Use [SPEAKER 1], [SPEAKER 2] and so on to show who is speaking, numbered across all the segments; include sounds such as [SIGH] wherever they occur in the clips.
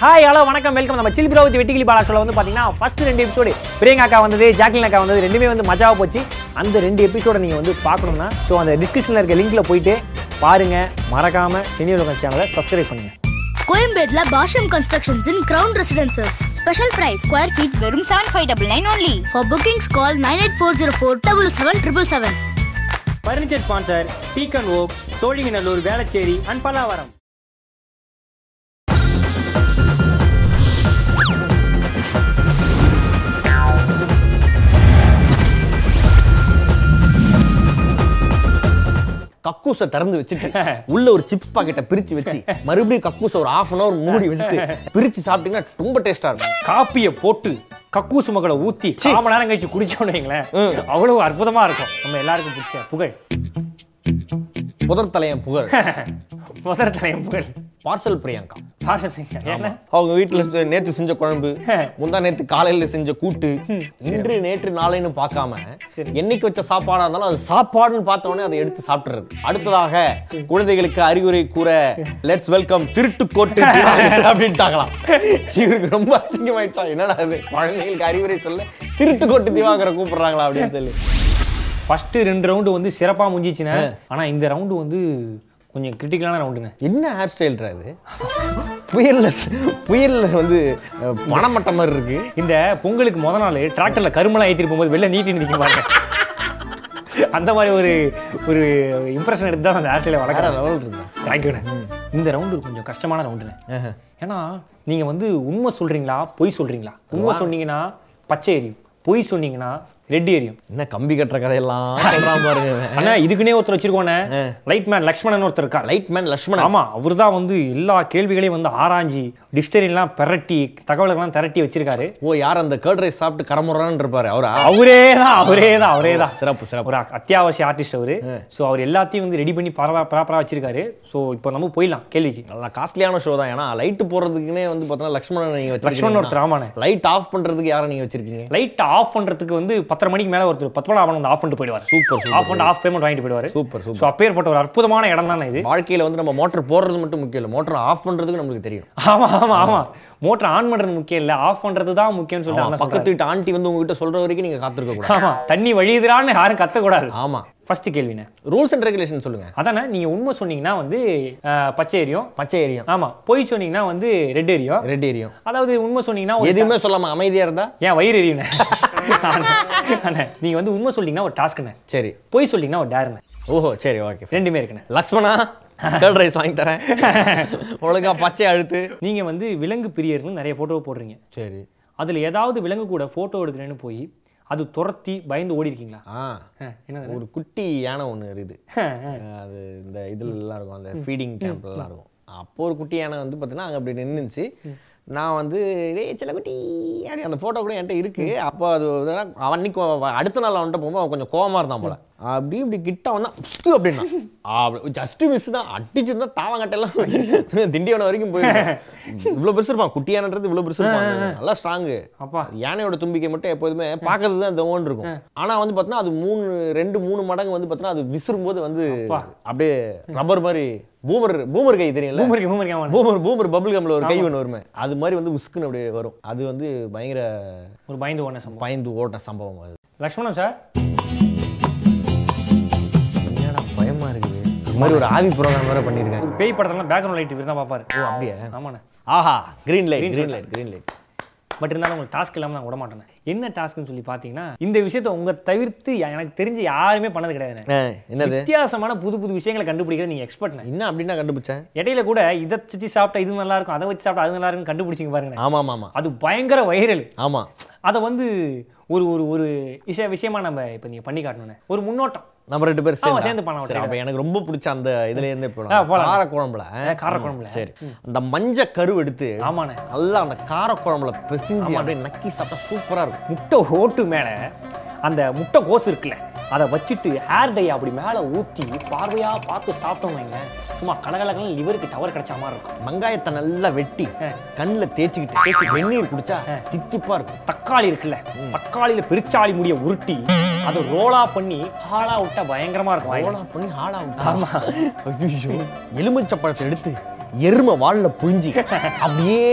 [SPEAKER 1] Hi hello வணக்கம் welcome நம்ம chill bro with Vettikili பாலாசோல வந்து பார்த்தீங்கன்னா ஃபர்ஸ்ட் ரெண்டு எபிசோடு பிரியங்கா அக்கா வந்தது ஜாக்லின் அக்கா வந்தது ரெண்டுமே வந்து மஜாவாக போச்சு அந்த ரெண்டு எபிசோட நீங்கள் வந்து பார்க்கணும்னா ஸோ அந்த டிஸ்கிரிப்ஷனில் இருக்க லிங்க்கில் போயிட்டு பாருங்கள் மறக்காமல் சினி உலகம் சேனலை சப்ஸ்கிரைப் பண்ணுங்கள்
[SPEAKER 2] கோயம்பேட்ல Bhashyam constructions in ground residences special price square feet வெறும் seven five double nine only for bookings call nine eight four zero four double seven triple seven
[SPEAKER 1] furniture sponsor டீக்கன் ஓக் சோழிங்கநல்லூர் வேளச்சேரி அண்ட் பல்லாவரம்
[SPEAKER 3] கக்கூசை திறந்து வச்சுட்டு உள்ள ஒரு சிப்ஸ் பாக்கெட்டை பிரிச்சு வச்சு மறுபடியும் கக்கூசை ஒரு half அன் hour மூடி வச்சுட்டு பிரிச்சு சாப்பிட்டீங்கன்னா ரொம்ப டேஸ்டா இருக்கும்
[SPEAKER 1] காப்பியை போட்டு கக்கூசு மக்களை ஊத்தி கால் மணி நேரம் கழிச்சு குடிச்சோம்னு வைங்களேன் அவ்வளவு அற்புதமா இருக்கும் நம்ம எல்லாருக்கும் பிடிச்ச புகழ் [LAUGHS]
[SPEAKER 3] புதர் தலையன் புகழ்
[SPEAKER 1] முதல் தலையம் புகழ்
[SPEAKER 3] பார்சல் பிரியங்கா
[SPEAKER 1] பாஷத்துக்கு ஏன்னா
[SPEAKER 3] அவங்க வீட்டுல செ- நேத்து செஞ்ச குழம்பு முந்தா நேத்து காலையில செஞ்ச கூட்டு இன்று நேற்று நாளைன்னு பார்க்காம என்னைக்கு வச்ச சாப்பாடா இருந்தாலும் அது சாப்பாடுன்னு பார்த்த உடனே அதை எடுத்து சாப்பிடுறது அடுத்ததாக குழந்தைகளுக்கு அறிவுரை கூற லெட்ஸ் வெல்கம் திருட்டுக்கோட்டு அப்படின்ட்டாங்களாம் இவருக்கு ரொம்ப அசிங்கமாயிடுச்சா என்னடா அது குழந்தைகளுக்கு அறிவுரை சொல்ல திருட்டுக்கோட்டு திவாகரை கூப்பிடுறாங்களா அப்படின்னு சொல்லி
[SPEAKER 1] ஃபர்ஸ்ட் ரெண்டு ரவுண்டு வந்து சிறப்பா முடிஞ்சிச்சுண்ணே ஆனா இந்த ரவுண்டு வந்து கொஞ்சம் கிரிட்டிக்கலான ரவுண்டுங்க
[SPEAKER 3] என்ன ஹேர் ஸ்டைல்ரா இது புயல்ல ஸ்- புயல்ல வந்து அஹ், பணமட்ட மாதிரி இருக்கு
[SPEAKER 1] இந்த பொங்கலுக்கு முத நாள் டிராக்டர்ல கரும்பெல்லாம் ஏற்றிட்டு போகும்போது வெளில நீட்டி நிற்க பாருங்க அந்த மாதிரி ஒரு ஒரு இம்ப்ரெஷன் எடுத்து தான் அந்த ஆஸ்திரேலியா
[SPEAKER 3] வேற
[SPEAKER 1] வளர்க்குறாங்க
[SPEAKER 3] லெவல் இருக்கு
[SPEAKER 1] தேங்க்யூண்ணே இந்த ரவுண்டு கொஞ்சம் கஷ்டமான ரவுண்டுண்ணே ஏன்னா நீங்க வந்து உண்மை சொல்றீங்களா பொய் சொல்றீங்களா உண்மை சொன்னீங்கன்னா பச்சை எரியும் பொய் சொன்னீங்கன்னா ரெட் எரியும்
[SPEAKER 3] என்ன கம்பி கட்டுற கதையெல்லாம் சொல்றான் பாருங்க இவன்.
[SPEAKER 1] ஆனா இதுக்குன்னே ஒருத்தர் வச்சிருக்கோண்ணே லைட் மேன் லக்ஷ்மணன் ஒருத்தர் இருக்கா
[SPEAKER 3] லைட்மேன் லக்ஷ்மணன்
[SPEAKER 1] ஆமா அவர் தான் வந்து எல்லா கேள்விகளையும் வந்து ஆராய்ஞ்சி டிக்ஷனரிலாம் பெரட்டி தகவல்கள்லாம் திரட்டி வச்சிருக்காரு
[SPEAKER 3] ஓ யார் அந்த கர்ட் ரைஸ் சாப்பிட்டு கரமுறான்னு இருப்பாரு அவரா
[SPEAKER 1] அவரே தான் அவரே தான் அவரே தான்
[SPEAKER 3] சிறப்பு சிறப்பு
[SPEAKER 1] ஒரு அத்தியாவசிய ஆர்டிஸ்ட் அவரு ஸோ அவர் எல்லாத்தையும் வந்து ரெடி பண்ணி பரவா ப்ராப்பராக வச்சிருக்காரு ஸோ இப்போ நம்ம போயிடலாம் கேள்விக்கு
[SPEAKER 3] நல்லா காஸ்ட்லியான ஷோ தான் ஏன்னா லைட் போடுறதுக்குனே வந்து பார்த்தோன்னா லக்ஷ்மணன் நீங்க
[SPEAKER 1] லக்ஷ்மணன்
[SPEAKER 3] வச்சிருக்கீங்க
[SPEAKER 1] ஒருத்தர் ஆமாண்ணே
[SPEAKER 3] லைட் ஆஃப் பண்றதுக்கு யாரை நீங்க வச்சிருக்கீங்க
[SPEAKER 1] லைட் ஆஃப் பண்றதுக்கு வந்து பத்தரை மணிக்கு மேல ஒருத்தர் பத்து மணி அவன் வந்து ஆஃப் பண்ணிட்டு போயிடுவார்
[SPEAKER 3] Super, super.
[SPEAKER 1] ஆஃப் பண்ணிட்டு ஆஃப் பேமெண்ட் வாங்கிட்டு போயிடுவாரு
[SPEAKER 3] சூப்பர் சூப்பர்
[SPEAKER 1] ஸோ அப்பேற்பட்ட ஒரு அற்புதமான இடம் தானே இது
[SPEAKER 3] வாழ்க்கையில வந்து நம்ம மோட்டர் போடுறது மட்டும் முக்கியம் இல்லை மோட்டர் ஆஃப் பண்றதுக்கு நம்மளுக்கு தெரியும்
[SPEAKER 1] ஆமா ஆமா ஆமா மோட்டர் ஆன் பண்றது முக்கியம் இல்ல ஆஃப் பண்றது தான் முக்கியம்னு சொல்லிட்டு அண்ணா
[SPEAKER 3] பக்கத்து
[SPEAKER 1] சொல்றாரு.
[SPEAKER 3] வீட்டு ஆண்டி வந்து உங்ககிட்ட சொல்ற வரைக்கும் நீங்க காத்திருக்க கூடாது
[SPEAKER 1] ஆமா தண்ணி வழியுதுறான்னு யாரும் கத்தக்கூடாது
[SPEAKER 3] ஆமா
[SPEAKER 1] ஃபர்ஸ்ட் கேள்விண்ணே
[SPEAKER 3] ரூல்ஸ் அண்ட் ரெகுலேஷன் சொல்லுங்க
[SPEAKER 1] அதானே நீங்க உண்மை சொன்னீங்கன்னா வந்து அஹ், பச்சை எரியும்
[SPEAKER 3] பச்சை ஏரியம்
[SPEAKER 1] ஆமா பொய் சொன்னீங்கன்னா வந்து ரெட் எரியும்
[SPEAKER 3] ரெட் ஏரியம்
[SPEAKER 1] அதாவது உண்மை சொன்னீங்கன்னா ஒரு-
[SPEAKER 3] எதுவுமே சொல்லாம அமைதியா இருந்தா
[SPEAKER 1] ஏன் வயிறு எரியுண்ணே அண்ணே, அண்ணே, நீங்க வந்து உண்மை சொன்னீங்கன்னா ஒரு டாஸ்க்குண்ணே
[SPEAKER 3] சரி
[SPEAKER 1] பொய் சொன்னீங்கன்னா ஒரு டேருண்ணே
[SPEAKER 3] ஓஹோ சரி ஓகே
[SPEAKER 1] ரெண்டுமே இருக்குண்ணே
[SPEAKER 3] லக்ஷ்மணா கர்ட் ரைஸ் வாங்கி [LAUGHS] தரேன் ஒழுங்கா பச்சை அழுத்து
[SPEAKER 1] நீங்க வந்து விலங்கு பிரியர்கள் நிறைய போட்டோ போடுறீங்க
[SPEAKER 3] சரி
[SPEAKER 1] அதுல ஏதாவது விலங்கு கூட போட்டோ எடுக்கிறேன்னு போய் அது துரத்தி பயந்து ஓடி இருக்கீங்களா
[SPEAKER 3] ஆ
[SPEAKER 1] என்ன
[SPEAKER 3] ஒரு குட்டி யானை ஒன்று இருக்குது அஹ் அது இந்த இதுலலாம் இருக்கும் அந்த ஃபீடிங் கேம்ப்லலாம் இருக்கும் அப்போ ஒரு குட்டி யானை வந்து பார்த்தீங்கன்னா அங்கே அப்படி நின்றுச்சு நான் வந்து ஏய் சில குட்டி அப்படி அந்த ஃபோட்டோ கூட என்கிட்ட இருக்கு அப்போ அது ஒரு தடவை அவன் அன்னைக்கு அவன் அடுத்த நாள் அவன்கிட்ட போகும்போது அவன் கொஞ்சம் கோவமா இருந்தான் போல அப்படி இப்படி கிட்ட வந்தான் ஸ்கு அப்படின்னா அப்படி ஜஸ்ட் மிஸ் தான் அடிச்சிருந்தா தாவங்கட்டெல்லாம் திண்டிவனம் வரைக்கும் போயிருக்கும் இவ்வளோ பெருசு இருப்பான் குட்டி யானைன்றது இவ்வளோ பெருசு இருப்பான் நல்லா ஸ்ட்ராங்கு
[SPEAKER 1] அப்பா
[SPEAKER 3] அது யானையோட தும்பிக்கை மட்டும் எப்போதுமே பார்க்கறது தான் தோன் இருக்கும் ஆனா வந்து பார்த்தீங்கன்னா அது மூணு ரெண்டு மூணு மடங்கு வந்து பார்த்தீங்கன்னா அது விசிறும்போது வந்து
[SPEAKER 1] அப்பா.
[SPEAKER 3] அப்படியே ரப்பர் மாதிரி பூமர் பூமர் கை தெரியல
[SPEAKER 1] பூமருக்கு பூமருக்கு ஆமாண்ணே.
[SPEAKER 3] பூமர் பூமர் பபுள் கம்ல ஒரு கை ஒன்று வருமே அது மாதிரி வந்து உஸ்குன்னு அப்படியே வரும் அது வந்து பயங்கர
[SPEAKER 1] ஒரு பயந்து ஓடின சம்பவம்
[SPEAKER 3] பயந்து ஓட்ட சம்பவம் அது
[SPEAKER 1] லக்ஷ்மணன் சார்
[SPEAKER 3] என்னடா பயமா இருக்குது இது மாதிரி ஒரு ஆவி புரோகிராம் வேற பண்ணியிருக்காங்க
[SPEAKER 1] ஒரு பேய் படத்தெல்லாம் பேக்ரவுண்ட் லைட் இவர் தான் பார்ப்பாரு
[SPEAKER 3] ஓ அப்படியே
[SPEAKER 1] ஆமாண்ணே
[SPEAKER 3] ஆஹா green light green light green light
[SPEAKER 1] but இருந்தாலும் உங்களுக்கு டாஸ்க் இல்லாமல் நான் விட மாட்டேன் என்ன டாஸ்க்னு சொல்லி பார்த்தீங்கன்னா இந்த விஷயத்தை உங்க தவிர்த்து யா- எனக்கு தெரிஞ்சு யாருமே பண்ணது கிடையாது
[SPEAKER 3] என்னது
[SPEAKER 1] வித்தியாசமான புது புது விஷயங்களை கண்டுபிடிக்கிற நீங்க எக்ஸ்பர்ட்னு
[SPEAKER 3] என்ன அப்படின்னா கண்டுபிடிச்சேன்
[SPEAKER 1] இடையில கூட இதை சுற்றி சாப்பிட்டா இது நல்லா இருக்கும் அதை வச்சு சாப்பிட்டா அது நல்லா இருக்கும் கண்டுபிடிச்சிங்க பாருங்க
[SPEAKER 3] ஆமா ஆமா ஆமா
[SPEAKER 1] அது பயங்கர வைரல்
[SPEAKER 3] ஆமா
[SPEAKER 1] அதை வந்து ஒரு ஒரு ஒரு விஷய விஷயமா நம்ம இப்போ நீங்க பண்ணி காட்டணும்னே ஒரு முன்னோட்டம்
[SPEAKER 3] நம்ம ரெண்டு பேரும் சேர்ந்தா?
[SPEAKER 1] சேர்ந்து பண்ணலாம்,
[SPEAKER 3] சரி, அப்ப எனக்கு ரொம்ப பிடிச்ச அந்த இதுல இருந்தே
[SPEAKER 1] ஆ,
[SPEAKER 3] போலாம்
[SPEAKER 1] போலாம்.
[SPEAKER 3] கார குழம்புல
[SPEAKER 1] கார குழம்புல
[SPEAKER 3] சரி அந்த மஞ்ச கரு எடுத்து
[SPEAKER 1] ஆமாண்ணே
[SPEAKER 3] நல்லா அந்த கார குழம்புல பிசைஞ்சு அப்படியே நக்கி சாப்பிட்டா சூப்பரா இருக்கும்
[SPEAKER 1] முட்டை ஓட்டு மேல அந்த முட்டை கோசு இருக்குல்ல அதை வச்சுட்டு ஹேர் டை அப்படி மேல ஊத்தி பார்வையா பார்த்து சாப்பிட்டோம் வைங்களேன் சும்மா கலகலகலன்னு லிவருக்கு டவர் கிடைச்ச மாதிரி இருக்கும்
[SPEAKER 3] வெங்காயத்தை நல்லா வெட்டி கண்ணில் தேய்ச்சிக்கிட்டு தேய்ச்சி வெந்நீர் குடிச்சா தித்திப்பா இருக்கும்
[SPEAKER 1] தக்காளி இருக்குல்ல தக்காளியில பெருச்சாளி முடிய உருட்டி அதை ரோலா பண்ணி ஹாலா விட்டா பயங்கரமா இருக்கும் வாயில.
[SPEAKER 3] ஓலா பண்ணி ஆளா விட்டா எலுமிச்சை பழத்தை எடுத்து எருமை வால்ல
[SPEAKER 1] [LAUGHS]
[SPEAKER 3] புழிஞ்சி அப்படியே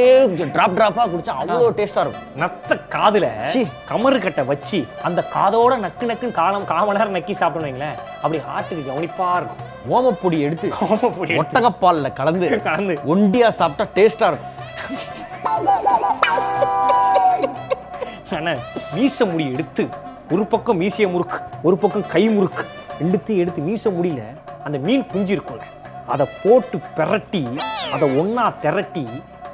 [SPEAKER 3] ட்ராப் ட்ராப்பாக குடிச்சா அவ்வளோ டேஸ்ட்டாக இருக்கும்
[SPEAKER 1] நத்த காதுல
[SPEAKER 3] சீ.
[SPEAKER 1] கமரு கட்டை வச்சு அந்த காதோட நக்கு நக்குன்னு காலம் காம நேரம் நக்கி சாப்பிடணும் வைங்களேன் அப்படி ஹார்ட்டுக்கு கவனிப்பா இருக்கும்
[SPEAKER 3] ஓமப்பொடி எடுத்து
[SPEAKER 1] ஓமப்பொடி எடுத்து.
[SPEAKER 3] ஒட்டகப்பால்ல கலந்து
[SPEAKER 1] கலந்து.
[SPEAKER 3] ஒண்டியா சாப்பிட்டா டேஸ்டா இருக்கும்
[SPEAKER 1] ஆனா மீச முடி எடுத்து ஒரு பக்கம் மீசைய முறுக்கு ஒரு பக்கம் கை முறுக்கு ரெண்டுத்தையும் எடுத்து மீச முடியில அந்த மீன் குஞ்சு இருக்கும்ல அதை போட்டு பிரட்டி அதை ஒண்ணா திரட்டி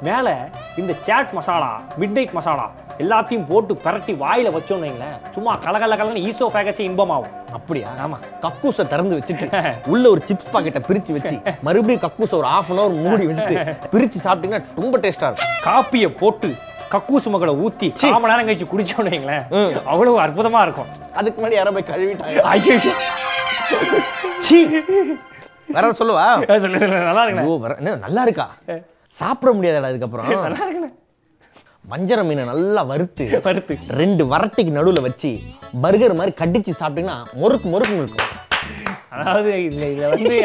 [SPEAKER 1] மேலே இந்த சாட் மசாலா மிட் நைட் மசாலா எல்லாத்தையும் போட்டு பிரட்டி வாயில வச்சோம்னு வைங்களேன் சும்மா கலகல கலன்னு ஈசோ ஃபேகஸே இன்பமாகும்
[SPEAKER 3] அப்படியா
[SPEAKER 1] ஆமா.
[SPEAKER 3] கக்கூச திறந்து வச்சுட்டு உள்ள ஒரு சிப்ஸ் பாக்கெட்டை பிரிச்சு வச்சு மறுபடியும் கக்கூச ஒரு half அன் அவர் மூடி வச்சுட்டு பிரிச்சு சாப்பிட்டீங்கன்னா ரொம்ப டேஸ்டா இருக்கும்
[SPEAKER 1] காப்பியை போட்டு கக்கூசு மகளை ஊற்றி காம நேரம் கழிச்சு குடிச்சோம்னு வைங்களேன் அவ்வளவு அற்புதமா இருக்கும்
[SPEAKER 3] அதுக்கு முன்னாடி யாரோ போய் கழுவிட்டாங்க
[SPEAKER 1] ஐயோ
[SPEAKER 3] சீ வேற சொல்லவா
[SPEAKER 1] சொல்லு சொல்லு நல்லா இருக்குண்ணே
[SPEAKER 3] ஓ வேற என்ன நல்லா இருக்கா சாப்பிட முடியாதடா அதுக்கப்புறம்
[SPEAKER 1] நல்லா இருக்குண்ணே
[SPEAKER 3] வஞ்சர மீனை நல்லா வறுத்து
[SPEAKER 1] பருத்து
[SPEAKER 3] ரெண்டு வரட்டிக்கு நடுவுல வச்சு பர்கர் மாதிரி கடிச்சு சாப்பிட்டீங்கன்னா முறுக்கு முறுக்கு இருக்கும்
[SPEAKER 1] அதாவது இதுல இதுல வந்து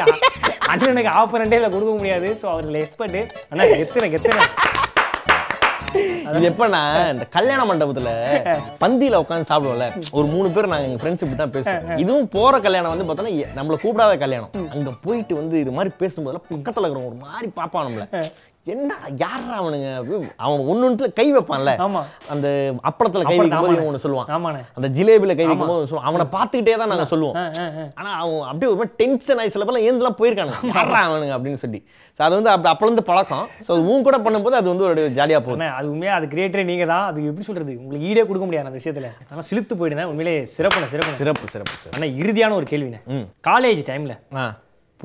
[SPEAKER 1] அண்ணனுக்கு ஆப்பரண்டே இதில் கொடுக்க முடியாது ஸோ அவர்ல எக்ஸ்பர்ட் அண்ணா கெத்துன கெத்துன
[SPEAKER 3] இது எப்பன்னா இந்த கல்யாண மண்டபத்துல பந்தியில உட்காந்து சாப்பிடுவோம்ல ஒரு மூணு பேர் நாங்க எங்க ஃப்ரெண்ட்ஸ் இப்படி தான் பேசுவோம் இதுவும் போற கல்யாணம் வந்து பார்த்தோன்னா எ- நம்மள கூப்பிடாத கல்யாணம் அங்க போயிட்டு வந்து இது மாதிரி பேசும்போது பக்கத்துல இருக்கிறவங்க ஒரு மாதிரி பாப்பான் நம்மள என்ன யாரா அவனுங்க அப்படி அவன் ஒன்னொன்னுல கை வைப்பான்ல
[SPEAKER 1] ஆமா.
[SPEAKER 3] அந்த அப்பளத்துல கை
[SPEAKER 1] அப்பளம்,
[SPEAKER 3] வைக்கும் போது
[SPEAKER 1] ஆமாண்ணே.
[SPEAKER 3] ஒன்று சொல்லுவான்
[SPEAKER 1] ஆமாண்ணே.
[SPEAKER 3] அந்த ஜிலேபில கை வைக்கும் போது சொல்லுவான் அவனை பார்த்துக்கிட்டே தான் நாங்க சொல்லுவோம்
[SPEAKER 1] ஆ, ஆ, ஆ.
[SPEAKER 3] ஆனா அவன் அப்படியே ஒரு மாதிரி டென்ஷன் ஆகி சில பேர்லாம் ஏந்தெல்லாம் போயிருக்கானுங்க யாரா அவனுங்க அப்படின்னு சொல்லி ஸோ அது வந்து அப்படி அப்பளந்து பழக்கம் ஸோ உன் கூட பண்ணும்போது அது வந்து ஒரு ஜாலியா போகும்
[SPEAKER 1] அண்ணா அது உண்மையா அது கிரியேட்டரே நீங்க தான் அது எப்படி சொல்றது உங்களுக்கு ஈடே கொடுக்க முடியாது அந்த விஷயத்துல ஆனா சிலுத்து போயிடுனே உண்மையிலே சிறப்புண்ணே சிறப்பு
[SPEAKER 3] சிறப்பு சிறப்பு சிறப்பு
[SPEAKER 1] ஆனா இறுதியான ஒரு கேள்விண்ணே காலேஜ் டைம்ல
[SPEAKER 3] ஆ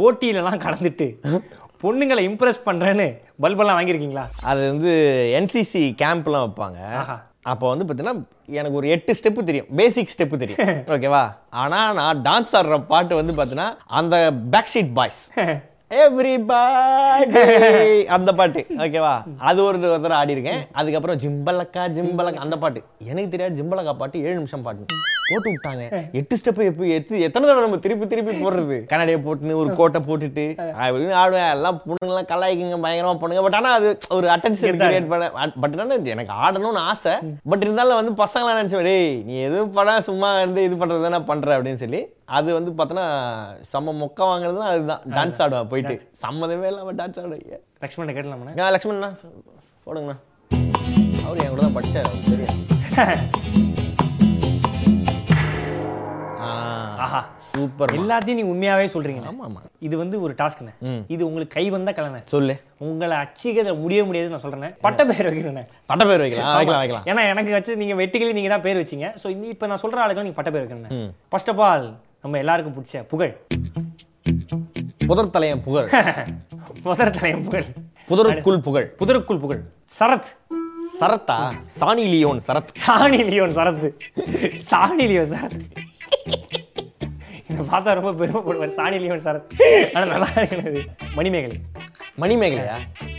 [SPEAKER 1] போட்டியிலலாம் கலந்துட்டு பொண்ணுங்களை இம்ப்ரெஸ் பண்றேன்னு பல்பெல்லாம் வாங்கியிருக்கீங்களா
[SPEAKER 3] அது வந்து என்சிசி கேம்ப்லாம் வைப்பாங்க
[SPEAKER 1] ஆஹா.
[SPEAKER 3] அப்போ வந்து பார்த்தீங்கன்னா எனக்கு ஒரு எட்டு ஸ்டெப்பு தெரியும் பேசிக் ஸ்டெப்பு தெரியும் ஓகேவா ஆனால் நான் டான்ஸ் ஆடுற பாட்டு வந்து பார்த்தீங்கன்னா அந்த பேக் ஷீட் பாய்ஸ் எவ்ரிபாடி [LAUGHS] அந்த பாட்டு ஓகேவா அது ஒரு தடவை ஆடியிருக்கேன் அதுக்கப்புறம் ஜிம்பலக்கா ஜிம்பலக்கா அந்த பாட்டு எனக்கு தெரியாது ஜிம்பலக்கா பாட்டு ஏழு நிமிஷம் பாட்டு போட்டு விட்டாங்க எட்டு ஸ்டெப் எப்போ எத்து எத்தனை தடவை நம்ம திருப்பி திருப்பி போடுறது கண்ணாடியை போட்டுன்னு ஒரு கோட்டை போட்டுட்டு அப்படின்னு ஆடுவேன் எல்லாம் பொண்ணுங்களாம் கலாய்க்குங்க பயங்கரமா பண்ணுங்க பட் ஆனால் அது ஒரு அட்டென்ஷன் கிரியேட் பண்ண பட் ஆனால் எனக்கு ஆடணும்னு ஆசை பட் இருந்தாலும் வந்து பசங்களாம் நினச்சேன் டேய் நீ எதுவும் படா சும்மா இருந்து இது பண்ணுறது தானே பண்ணுற அப்படின்னு சொல்லி அது வந்து பார்த்தோன்னா செம்ம மொக்க வாங்குறது அதுதான் டான்ஸ் ஆடுவேன் போயிட்டு சம்மந்தமே இல்லாமல் டான்ஸ் ஆடுவேன்
[SPEAKER 1] லக்ஷ்மண கேட்டலாமா
[SPEAKER 3] நான் லக்ஷ்மண்ணா போடுங்கண்ணா அவர் என் கூட தான் படித்தார் தெரியும்
[SPEAKER 1] ஆஹா.
[SPEAKER 3] சூப்பர்
[SPEAKER 1] எல்லாத்தையும் நீங்க உண்மையாவே சொல்றீங்க
[SPEAKER 3] ஆமா ஆமா
[SPEAKER 1] இது வந்து ஒரு டாஸ்க்ண்ணே இது உங்களுக்கு கை வந்தா கலனை
[SPEAKER 3] சொல்லு
[SPEAKER 1] உங்களை அச்சிக்கிறத முடிய முடியாதுன்னு நான் சொல்றேன் பட்ட பேர் வைக்கிறேன்
[SPEAKER 3] பட்ட பேர் வைக்கலாம் வைக்கலாம் வைக்கலாம்
[SPEAKER 1] ஏன்னா எனக்கு வச்சு நீங்க வெட்டிகளி நீங்க தான் பேர் வச்சீங்க ஸோ இந்த இப்போ நான் சொல்ற ஆளுக்கு நீங்க பட்ட பேர் வைக்கிறேன் ஃபர்ஸ்ட் ஆஃப் ஆல் நம்ம எல்லாருக்கும் பிடிச்ச புகழ் [LAUGHS]
[SPEAKER 3] புதர் தலையன் புகழ்
[SPEAKER 1] புதர் தலையம் புகழ்
[SPEAKER 3] புதருக்குள் புகழ்
[SPEAKER 1] புதருக்குள் புகழ் சரத்
[SPEAKER 3] சரத்தா சாணி லியோன் சரத்
[SPEAKER 1] சாணி லியோன் சரத் சாணி லியோன் சரத் இதை பார்த்தா ரொம்ப பெருமைப்படுவார் சாணி லியோன் சரத் ஆனா நல்லா இருக்கிறது மணிமேகலை
[SPEAKER 3] மணிமேகலையா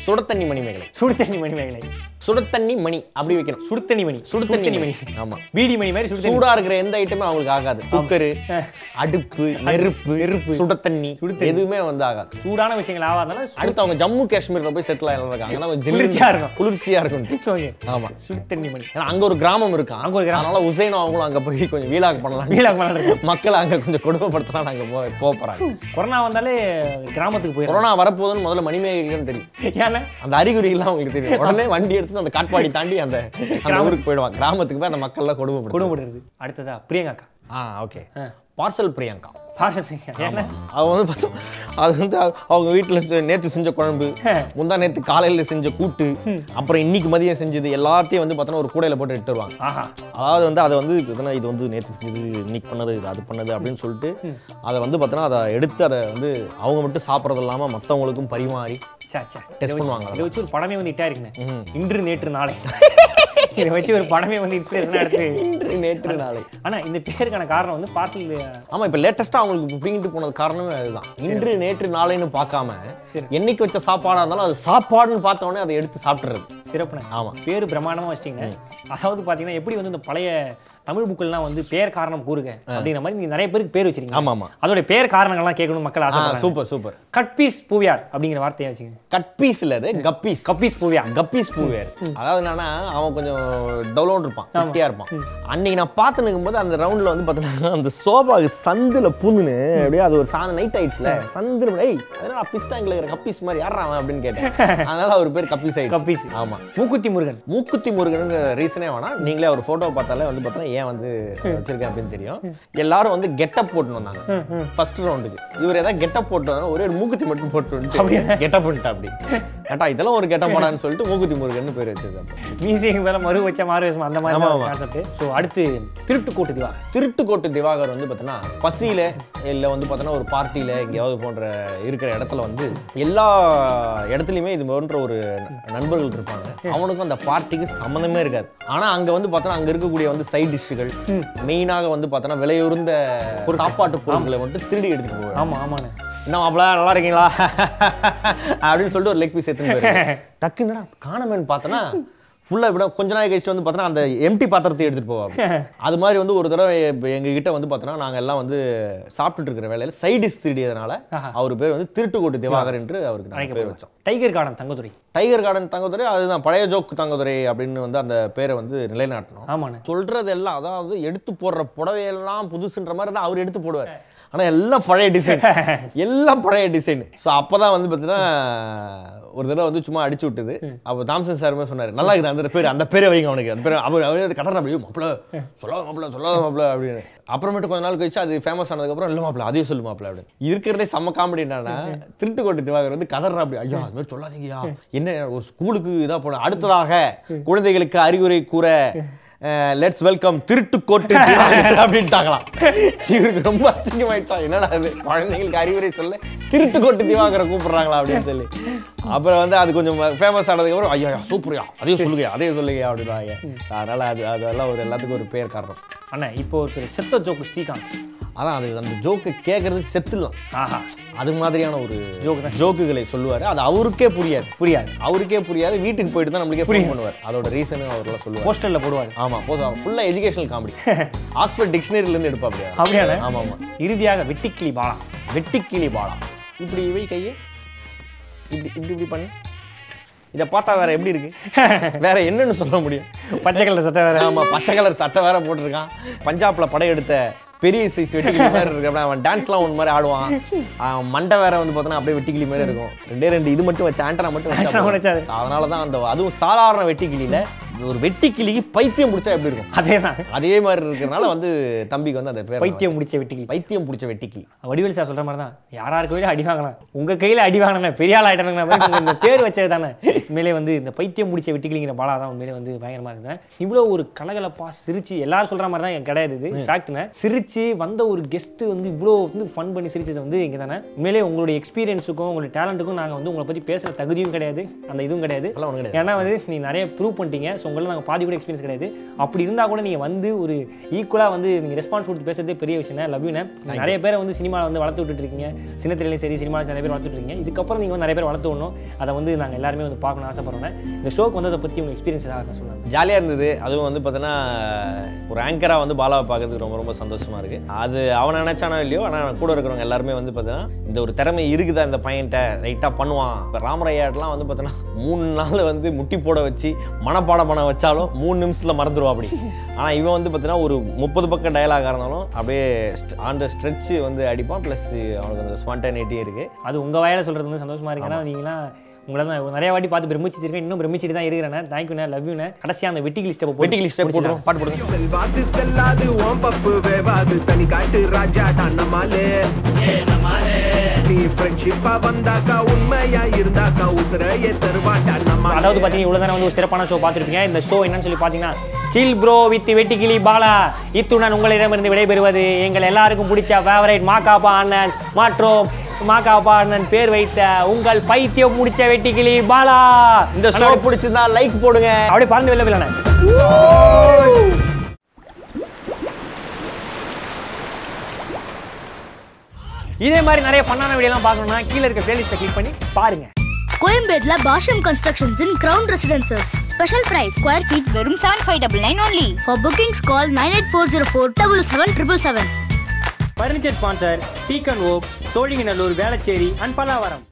[SPEAKER 3] சுடத்தண்ணி மணிமேகலை
[SPEAKER 1] சுடுதண்ணி மணிமேகலை
[SPEAKER 3] சுடத்தண்ணி மணி அப்படி வைக்கணும்
[SPEAKER 1] சுடுதண்ணி மணி
[SPEAKER 3] சுடுதண்ணி மணி ஆமா
[SPEAKER 1] பீடி மணி மாதிரி சுடுதண்ணி
[SPEAKER 3] சூடா இருக்கிற எந்த ஐட்டமே அவங்களுக்கு ஆகாது குக்கரு அடுப்பு நெருப்பு நெருப்பு சுடத்தண்ணி எதுவுமே வந்து ஆகாது
[SPEAKER 1] சூடான விஷயங்கள் ஆகாதனால
[SPEAKER 3] அடுத்து அவங்க ஜம்மு காஷ்மீர்ல போய் செட்டில் ஆகலாம் இருக்காங்க ஆனா அவங்க ஜில்லுன்னு-
[SPEAKER 1] குளிர்ச்சியா இருக்கும்.
[SPEAKER 3] குளிர்ச்சியா இருக்கும்
[SPEAKER 1] சு- okay.
[SPEAKER 3] ஆமா
[SPEAKER 1] சுடுதண்ணி மணி
[SPEAKER 3] ஏன்னா அங்க ஒரு கிராமம் இருக்கு
[SPEAKER 1] அங்க ஒரு கிராமம்.
[SPEAKER 3] அதனால உசைனும் அவங்களும் அங்க போய் கொஞ்சம் வீலாக பண்ணலாம்
[SPEAKER 1] வீலாக பண்ணலாம் இருக்கு.
[SPEAKER 3] மக்களை அங்க கொஞ்சம் கொடுமைப்படுத்தலாம் அங்க போக போக போறாங்க
[SPEAKER 1] கொரோனா வந்தாலே கிராமத்துக்கு போயிடும்
[SPEAKER 3] கொரோனா வரப்போகுதுன்னு முதல்ல மணிமேகலைன்னு தெரியும்
[SPEAKER 1] ஏன்னா
[SPEAKER 3] அந்த அறிகுறிகள்லாம் அவங்களுக்கு தெரியும் உடனே வண்டி எடுத்து அந்த காட்பாடி தாண்டி அந்த அந்த ஊருக்கு போயிடுவாங்க கிராமத்துக்கு போய் அந்த மக்கள்லாம் கொடுமைப்படுத்தும்
[SPEAKER 1] கொடுமைப்படுறது அடுத்ததா பிரியங்காக்கா
[SPEAKER 3] ஆ ஓகே பார்சல் பிரியங்கா
[SPEAKER 1] பாஷா பிரியங்கா ஏன்னா
[SPEAKER 3] அவ வந்து பார்த்தோம் அது வந்து அவ- அவங்க வீட்டில் நேற்று செஞ்ச குழம்பு முந்தா நேற்று காலையில் செஞ்ச கூட்டு அப்புறம் இன்னைக்கு மதியம் செஞ்சது எல்லாத்தையும் வந்து பார்த்தோன்னா ஒரு கூடையில் போட்டு எடுத்து வருவாங்க
[SPEAKER 1] ஆஹா
[SPEAKER 3] அதாவது வந்து அதை வந்து பார்த்தோன்னா இது வந்து நேற்று செஞ்சது இன்னைக்கு பண்ணது இது அது பண்ணது அப்படின்னு சொல்லிட்டு அதை வந்து பார்த்தோன்னா அதை எடுத்து அதை வந்து அவங்க மட்டும் சாப்பிட்றது இல்லாமல் மற்றவங்களுக்கும் பரிமாறி
[SPEAKER 1] சா சா
[SPEAKER 3] டெஸ்ட் பண்ணுவாங்க
[SPEAKER 1] இதை வச்சு ஒரு படமே வந்து இட்டா இருக்குண்ணே இன்று நேற்று
[SPEAKER 3] [LAUGHS]
[SPEAKER 1] நாளை இதை வச்சு ஒரு படமே வந்து இன்ஸ்பிரேஷனாக எடுத்து
[SPEAKER 3] இன்று நேற்று நாளை
[SPEAKER 1] ஆனா இந்த பேருக்கான காரணம் வந்து பார்சல்
[SPEAKER 3] ஆமா இப்ப லேட்டஸ்டா அவங்களுக்கு இப்போ பிடிங்கிட்டு போனது காரணமே அதுதான் இன்று நேற்று நாளைன்னு பார்க்காம என்னைக்கு வச்ச சாப்பாடா இருந்தாலும் அது சாப்பாடுன்னு பார்த்த உடனே அதை எடுத்து சாப்பிட்றது
[SPEAKER 1] சிறப்புண்ணே
[SPEAKER 3] ஆமா.
[SPEAKER 1] பேர் பிரம்மாண்டமா வச்சிட்டீங்க அதாவது பாத்தீங்கன்னா எப்படி வந்து இந்த பழைய தமிழ் புக்கெல்லாம் வந்து பேர் காரணம் கூறுங்க அப்படிங்கிற மாதிரி நீங்க நிறைய பேருக்கு பேர் வச்சிருக்கீங்க
[SPEAKER 3] ஆமா ஆமா
[SPEAKER 1] அதோட பேர் காரணங்கள்லாம் கேட்கணும் மக்கள்
[SPEAKER 3] ஆ
[SPEAKER 1] ஆசைப்படுறாங்க
[SPEAKER 3] சூப்பர் சூப்பர்
[SPEAKER 1] கட்பீஸ் பூவியார் அப்படிங்கிற வார்த்தையை வச்சுங்க
[SPEAKER 3] கட் பீஸ்ல இரு கப்பீஸ்
[SPEAKER 1] கப்பீஸ் பூவியார்
[SPEAKER 3] கப்பீஸ் பூவேர் அதாவது என்னன்னா அவன் கொஞ்சம் டவுலோன் இருப்பான் குட்டியா இருப்பான் அன்னைக்கு நான் பார்த்து நிற்கும்போது அந்த ரவுண்ட்ல வந்து பார்த்தீங்கன்னா அந்த சோபா சந்துல பூந்துன்னு அப்படியே அது ஒரு சாந்த நைட் ஆயிடுச்சுல சந்துல ஏய் அதனால ஃபிஷ் டேங்க்ல இருக்கிற கப்பீஸ் மாதிரி யாரா அவன் அப்படின்னு கேட்டேன் அதனால அவர் பேர் கப்பீஸ் ஆயிடுச்சு
[SPEAKER 1] கப்பீஸ்.
[SPEAKER 3] ஆமா
[SPEAKER 1] மூக்குத்தி முருகன்
[SPEAKER 3] மூக்குத்தி முருகன் ரீசனே வேணாம் நீங்களே அவர் ஃபோட்டோ பார்த்தாலே வந்து பார்த்தீங்கன்னா ஏன் வந்து வச்சிருக்கேன் அப்படின்னு தெரியும் எல்லாரும் வந்து கெட்டப் போட்டுன்னு வந்தாங்க ஃபர்ஸ்ட் ரவுண்டுக்கு இவர் ஏதாவது கெட்டப் போட்டு வந்தாலும் ஒரே ஒரு மூக்குத்தி மட்டும் போட்டு
[SPEAKER 1] அப்படியா?
[SPEAKER 3] வந்துட்டு கெட்டப் பண்ணிட்டா அப்படி ஏட்டா இதெல்லாம் ஒரு கெட்டப் போனான்னு சொல்லிட்டு மூக்குத்தி முருகன் பேர் வச்சிருக்காரு அப்ப.
[SPEAKER 1] மியூசியம் மேல மறு வச்ச மாறு வேஷம் அந்த மாதிரி
[SPEAKER 3] ஆமா,
[SPEAKER 1] தான்
[SPEAKER 3] ஆமா.
[SPEAKER 1] கான்செப்ட் ஸோ அடுத்து திருட்டு கூட்டு திவா
[SPEAKER 3] திருட்டுக்கோட்டு திவாகர் வந்து பார்த்தீங்கன்னா பசியில இல்லை வந்து பார்த்தீங்கன்னா ஒரு பார்ட்டியில எங்கேயாவது போன்ற இருக்கிற இடத்துல வந்து எல்லா இடத்துலையுமே இது போன்ற ஒரு ந- நண்பர்கள் இருப்பாங்க அவனுக்கும் அந்த பார்ட்டிக்கு சம்மந்தமே இருக்காது ஆனா அங்க வந்து பார்த்தோன்னா அங்க இருக்கக்கூடிய வந்து சைட் டிஷ்ஷுகள் மெயினாக வந்து பார்த்தோன்னா விலையுறந்த சாப்பாட்டு பொருட்களை மட்டும் திருடி எடுத்துட்டு போவாங்க
[SPEAKER 1] ஆமா ஆமாண்ணே
[SPEAKER 3] என்ன மாப்பிள நல்லா இருக்கீங்களா அப்படின்னு சொல்லிட்டு ஒரு லெக் பீஸ் எடுத்துன்னு போயிருக்காரு. டக்கு என்னடா காணமேன்னு பார்த்தோன்னா ஃபுல்லாக இப்படி கொஞ்ச நாள் கழிச்சு வந்து பார்த்தோன்னா அந்த எம்டி பாத்திரத்தை எடுத்துகிட்டு போவாங்க அது மாதிரி வந்து ஒரு தடவை இப்ப எங்ககிட்ட வந்து பார்த்தோன்னா நாங்கள் எல்லாம் வந்து சாப்பிட்டுட்டு இருக்கிற வேலையில் சைடிஸ் திருடியதுனால அவர் பேர் வந்து திருட்டுக்கோட்டு திவாகர் என்று அவருக்கு நாங்கள் பேர் வச்சோம்
[SPEAKER 1] tiger garden Thangadurai
[SPEAKER 3] tiger garden Thangadurai அதுதான் பழைய ஜோக்கு தங்கதுரை அப்படின்னு வந்து அந்த பேரை வந்து நிலைநாட்டணும்
[SPEAKER 1] ஆமாண்ணே
[SPEAKER 3] சொல்றது எல்லாம் அதாவது எடுத்து போடுற புடவையெல்லாம் புதுசுன்ற மாதிரி தான் அவர் எடுத்து போடுவார் ஆனா எல்லாம் பழைய டிசைன் எல்லாம் பழைய டிசைன் ஸோ அப்பதான் வந்து பார்த்தீங்கன்னா ஒரு தடவை வந்து சும்மா அடிச்சு விட்டுது அப்போ தாம்சன் சாருமே சொன்னாரு நல்லா இருக்குது அந்த பேர் அந்த பேரை வைங்க அவனுக்கு அந்த பேர் அவர் அவர் கதற அப்படியே மாப்பிள சொல்லாத மாப்பிள சொல்லாத மாப்பிள அப்படின்னு அப்புறமேட்டு கொஞ்ச நாள் கழிச்சு அது ஃபேமஸ் ஆனதுக்கப்புறம் இல்லை மாப்பிள அதையும் சொல்லு மாப்பிள அப்படின்னு இருக்கிறதே செம்ம காமெடி என்னன்னா திருட்டுக்கோட்டை திவாகர் வந்து கதற அப்படி ஐயா அது மாதிரி சொல்லாதீங்கயா என்ன ஒரு ஸ்கூலுக்கு இதாக போன அடுத்ததாக குழந்தைகளுக்கு அறிவுரை கூற லெட்ஸ் வெல்கம் திருட்டுக்கோட்டு திவாகர் அப்படின்ட்டாங்களாம் இவருக்கு ரொம்ப அசிங்கமாயிட்டா என்னடா அது குழந்தைங்களுக்கு அறிவுரை சொல்ல திருட்டுக்கோட்டு திவாகரை கூப்பிடுறாங்களா அப்படின்னு சொல்லி அப்புறம் வந்து அது கொஞ்சம் ஃபேமஸ் ஆனதுக்கு அப்புறம் ஐயா சூப்பர்யா அதையும் சொல்லுங்க அதையும் சொல்லுங்க அப்படின்றாங்க அதனால அது அதெல்லாம் ஒரு எல்லாத்துக்கும் ஒரு பேர் காரணம்
[SPEAKER 1] அண்ணா இப்போ ஒருத்தர் செத்த ஜோக்கு ஸ்ரீகாந்த்
[SPEAKER 3] அதான் அது அந்த ஜோக்கு கேட்கறதுக்கு செத்துலாம்
[SPEAKER 1] ஆஹா
[SPEAKER 3] அது மாதிரியான ஒரு
[SPEAKER 1] ஜோக்கு தான்
[SPEAKER 3] ஜோக்குகளை சொல்லுவாரு அது அவருக்கே புரியாது
[SPEAKER 1] புரியாது
[SPEAKER 3] அவருக்கே புரியாது வீட்டுக்கு போயிட்டு தான் நம்மளுக்கே ஃபோன் பண்ணுவார் அதோட ரீசனும் அவர்லாம் சொல்லுவார்
[SPEAKER 1] போஸ்டர்ல போடுவாரு
[SPEAKER 3] ஆமா போதும் ஃபுல்லா எஜுகேஷனல் காமெடி ஆக்ஸ்போர்ட் டிக்ஷனரியில இருந்து எடுப்பாப்ல
[SPEAKER 1] அப்படியாண்ணே?
[SPEAKER 3] ஆமா ஆமா
[SPEAKER 1] இறுதியாக வெட்டிக்கிளி பாலா
[SPEAKER 3] வெட்டிக்கிளி பாலா இப்படி இவை கையை இப்படி இப்படி இப்படி பண்ணு இதை பார்த்தா வேற எப்படி இருக்கு வேற என்னன்னு சொல்ல முடியும்
[SPEAKER 1] பச்சை கலர் சட்டை வேற
[SPEAKER 3] ஆமா பச்சை கலர் சட்டை வேற போட்டிருக்கான் பஞ்சாப்ல படையெடுத்த பெரிய சைஸ் வெட்டிக்கிளி மாதிரி இருக்கப்ப அவன் டான்ஸ்லாம் ஒன்று மாதிரி ஆடுவான் அவன் மண்டை வேற வந்து பார்த்தோன்னா அப்படியே வெட்டிக்கிளி மாதிரி இருக்கும் ரெண்டே ரெண்டு இது மட்டும் வச்சு ஆண்டனா மட்டும் வச்சா
[SPEAKER 1] Antenna
[SPEAKER 3] போதும்.
[SPEAKER 1] வச்சாது.
[SPEAKER 3] அதனால தான் அந்த அதுவும் சாதாரண வெட்டிக்கிளியில ஒரு வெட்டிக்கிளிக்கு பைத்தியம் பிடிச்சா எப்படி இருக்கும்
[SPEAKER 1] அதேதான்
[SPEAKER 3] அதே மாதிரி இருக்கிறனால வந்து தம்பிக்கு வந்து அந்த பேர்
[SPEAKER 1] பைத்தியம் முடிச்ச வெட்டிக்கிளி
[SPEAKER 3] பைத்தியம் பிடிச்ச வெட்டிக்கிளி
[SPEAKER 1] வடிவேல் சார் சொல்ற மாதிரி தான் யாராருக்கு வேலையும் அடி வாங்கலாம் உங்க கையில அடி வாங்கினா பெரிய ஆள் ஆயிட்டாங்க இந்த பேர் வச்சது தானே உண்மையிலே வந்து இந்த பைத்தியம் முடிச்ச வெட்டிக்கிளிங்கிற பாலா தான் உண்மையிலே வந்து பயங்கரமா இருந்தேன் இவ்வளோ ஒரு கலகலப்பா சிரிச்சு எல்லாரும் சொல்ற மாதிரி தான் என் கிடையாது இது ஃபேக்ட்னு சிரிச்சு வந்த ஒரு கெஸ்ட் வந்து இவ்வளோ வந்து ஃபன் பண்ணி சிரிச்சது வந்து இங்க தானே உண்மையிலே உங்களுடைய எக்ஸ்பீரியன்ஸுக்கும் உங்களுடைய டேலண்ட்டுக்கும் நாங்க வந்து உங்களை பத்தி பேசுற தகுதியும் கிடையாது அந்த இதுவும் கிடையாது
[SPEAKER 3] அதெல்லாம் ஒன்றும் கிடையாது
[SPEAKER 1] ஏன்னா வந்து நீ நிறைய ப்ரூவ் பண்ணிட்டீங்க ஸோ உங்களை நாங்கள் பாதி கூட எக்ஸ்பீரியன்ஸ் கிடையாது அப்படி இருந்தால் கூட நீங்கள் வந்து ஒரு ஈக்குவலாக வந்து நீங்கள் ரெஸ்பான்ஸ் கொடுத்து பேசுறதே பெரிய விஷயம் தான் லவ்யூனே நிறைய பேரை வந்து சினிமாவில் வந்து வளர்த்து விட்டுட்டு இருக்கீங்க சின்னத்திலையும் சரி சினிமாவில் நிறைய பேர் வளர்த்துட்டு இருக்கீங்க இதுக்கப்புறம் நீங்கள் வந்து நிறைய பேர் வளர்த்து விடணும் அதை வந்து நாங்கள் எல்லாருமே வந்து பார்க்கணும்னு ஆசைப்படுறோம் இந்த ஷோக்கு வந்ததை பற்றி உங்கள் எக்ஸ்பீரியன்ஸ் ஏதாவது சொல்லுங்கள்
[SPEAKER 3] ஜாலியாக இருந்தது அதுவும் வந்து பார்த்தீங்கன்னா ஒரு ஆங்கராக வந்து பாலாவை பார்க்கறதுக்கு ரொம்ப ரொம்ப சந்தோஷமாக இருக்குது அது அவன் நினச்சானோ இல்லையோ ஆனால் கூட இருக்கிறவங்க எல்லாருமே வந்து பார்த்தீங்கன்னா இந்த ஒரு திறமை இருக்குதா இந்த பையன்கிட்ட ரைட்டாக பண்ணுவான் இப்போ ராமரையாட்லாம் வந்து பார்த்தீங்கன்னா மூணு நாள் வந்து முட்டி போட வச்சு மனப்பாடம் பண்ண வச்சாலும் மூணு நிமிஷத்தில் மறந்துடுவா அப்படி ஆனால் இவன் வந்து பார்த்தீங்கன்னா ஒரு முப்பது பக்கம் டயலாக இருந்தாலும் அப்படியே ஆன் த ஸ்ட்ரெச்சு வந்து அடிப்பான் ப்ளஸ் அவனுக்கு அந்த ஸ்பான்டானிட்டியே இருக்குது
[SPEAKER 1] அது உங்கள் வாயில சொல்கிறது வந்து சந்தோஷமாக இருக்கு ஏன்னா நீங்களாம் உங்களை தான் நிறைய வாட்டி பார்த்து பிரமிச்சிருக்கேன் இன்னும் பிரமிச்சிட்டு தான் இருக்கிறேன் தேங்க்யூண்ணே லவ்யூண்ணே கடைசியாக அந்த வெட்டிக்கு லிஸ்ட்டை
[SPEAKER 3] வெட்டி கிளிஸ்டே போட்டுருவோம் பாட்டு போடுங்க
[SPEAKER 4] செல்வாது செல்லாது ஓம் பப்பு வேவாது தனி காட்டு ராஜா தான் நம்மாலே நீ ஃப்ரெண்ட்ஷிப்பா வந்தாக்கா உண்மையா இருந்தாக்கா உசுரையே தருவாட்டா நம்மாலே
[SPEAKER 1] அதாவது பார்த்தீங்கன்னா இவ்வளோ வந்து ஒரு சிறப்பான ஷோ பார்த்துருப்பீங்க இந்த ஷோ என்னன்னு சொல்லி பார்த்தீங்கன்னா சில் ப்ரோ வித் வெட்டிக்கிளி பாலா இத்துடன் உங்களிடமிருந்து விடைபெறுவது எங்கள் எல்லாருக்கும் பிடிச்ச ஃபேவரைட் மாக்காப்பா அண்ணன் மற்றும் மாக்காப்பா அண்ணன் பேர் வைத்த உங்கள் பைத்தியம் முடிச்ச வெட்டிக்கிளி பாலா
[SPEAKER 3] இந்த ஷோ பிடிச்சிருந்தா லைக் போடுங்க
[SPEAKER 1] அப்படியே பறந்து வெளில போயிடலாண்ணே இதே மாதிரி நிறைய பண்ணான வீடியோலாம் பார்க்கணும்னா கீழே இருக்க பிளேலிஸ்ட்டை கிளிக் பண்ணி பாருங்க
[SPEAKER 2] கோயம்பேட்ல Bhashyam constructions in ground residences special price square feet வெறும் seven five double nine only for bookings call nine eight four zero four double seven triple seven
[SPEAKER 1] furniture sponsor டீக்கன் ஓக் சோழிங்கநல்லூர் வேளச்சேரி அண்ட் பல்லாவரம்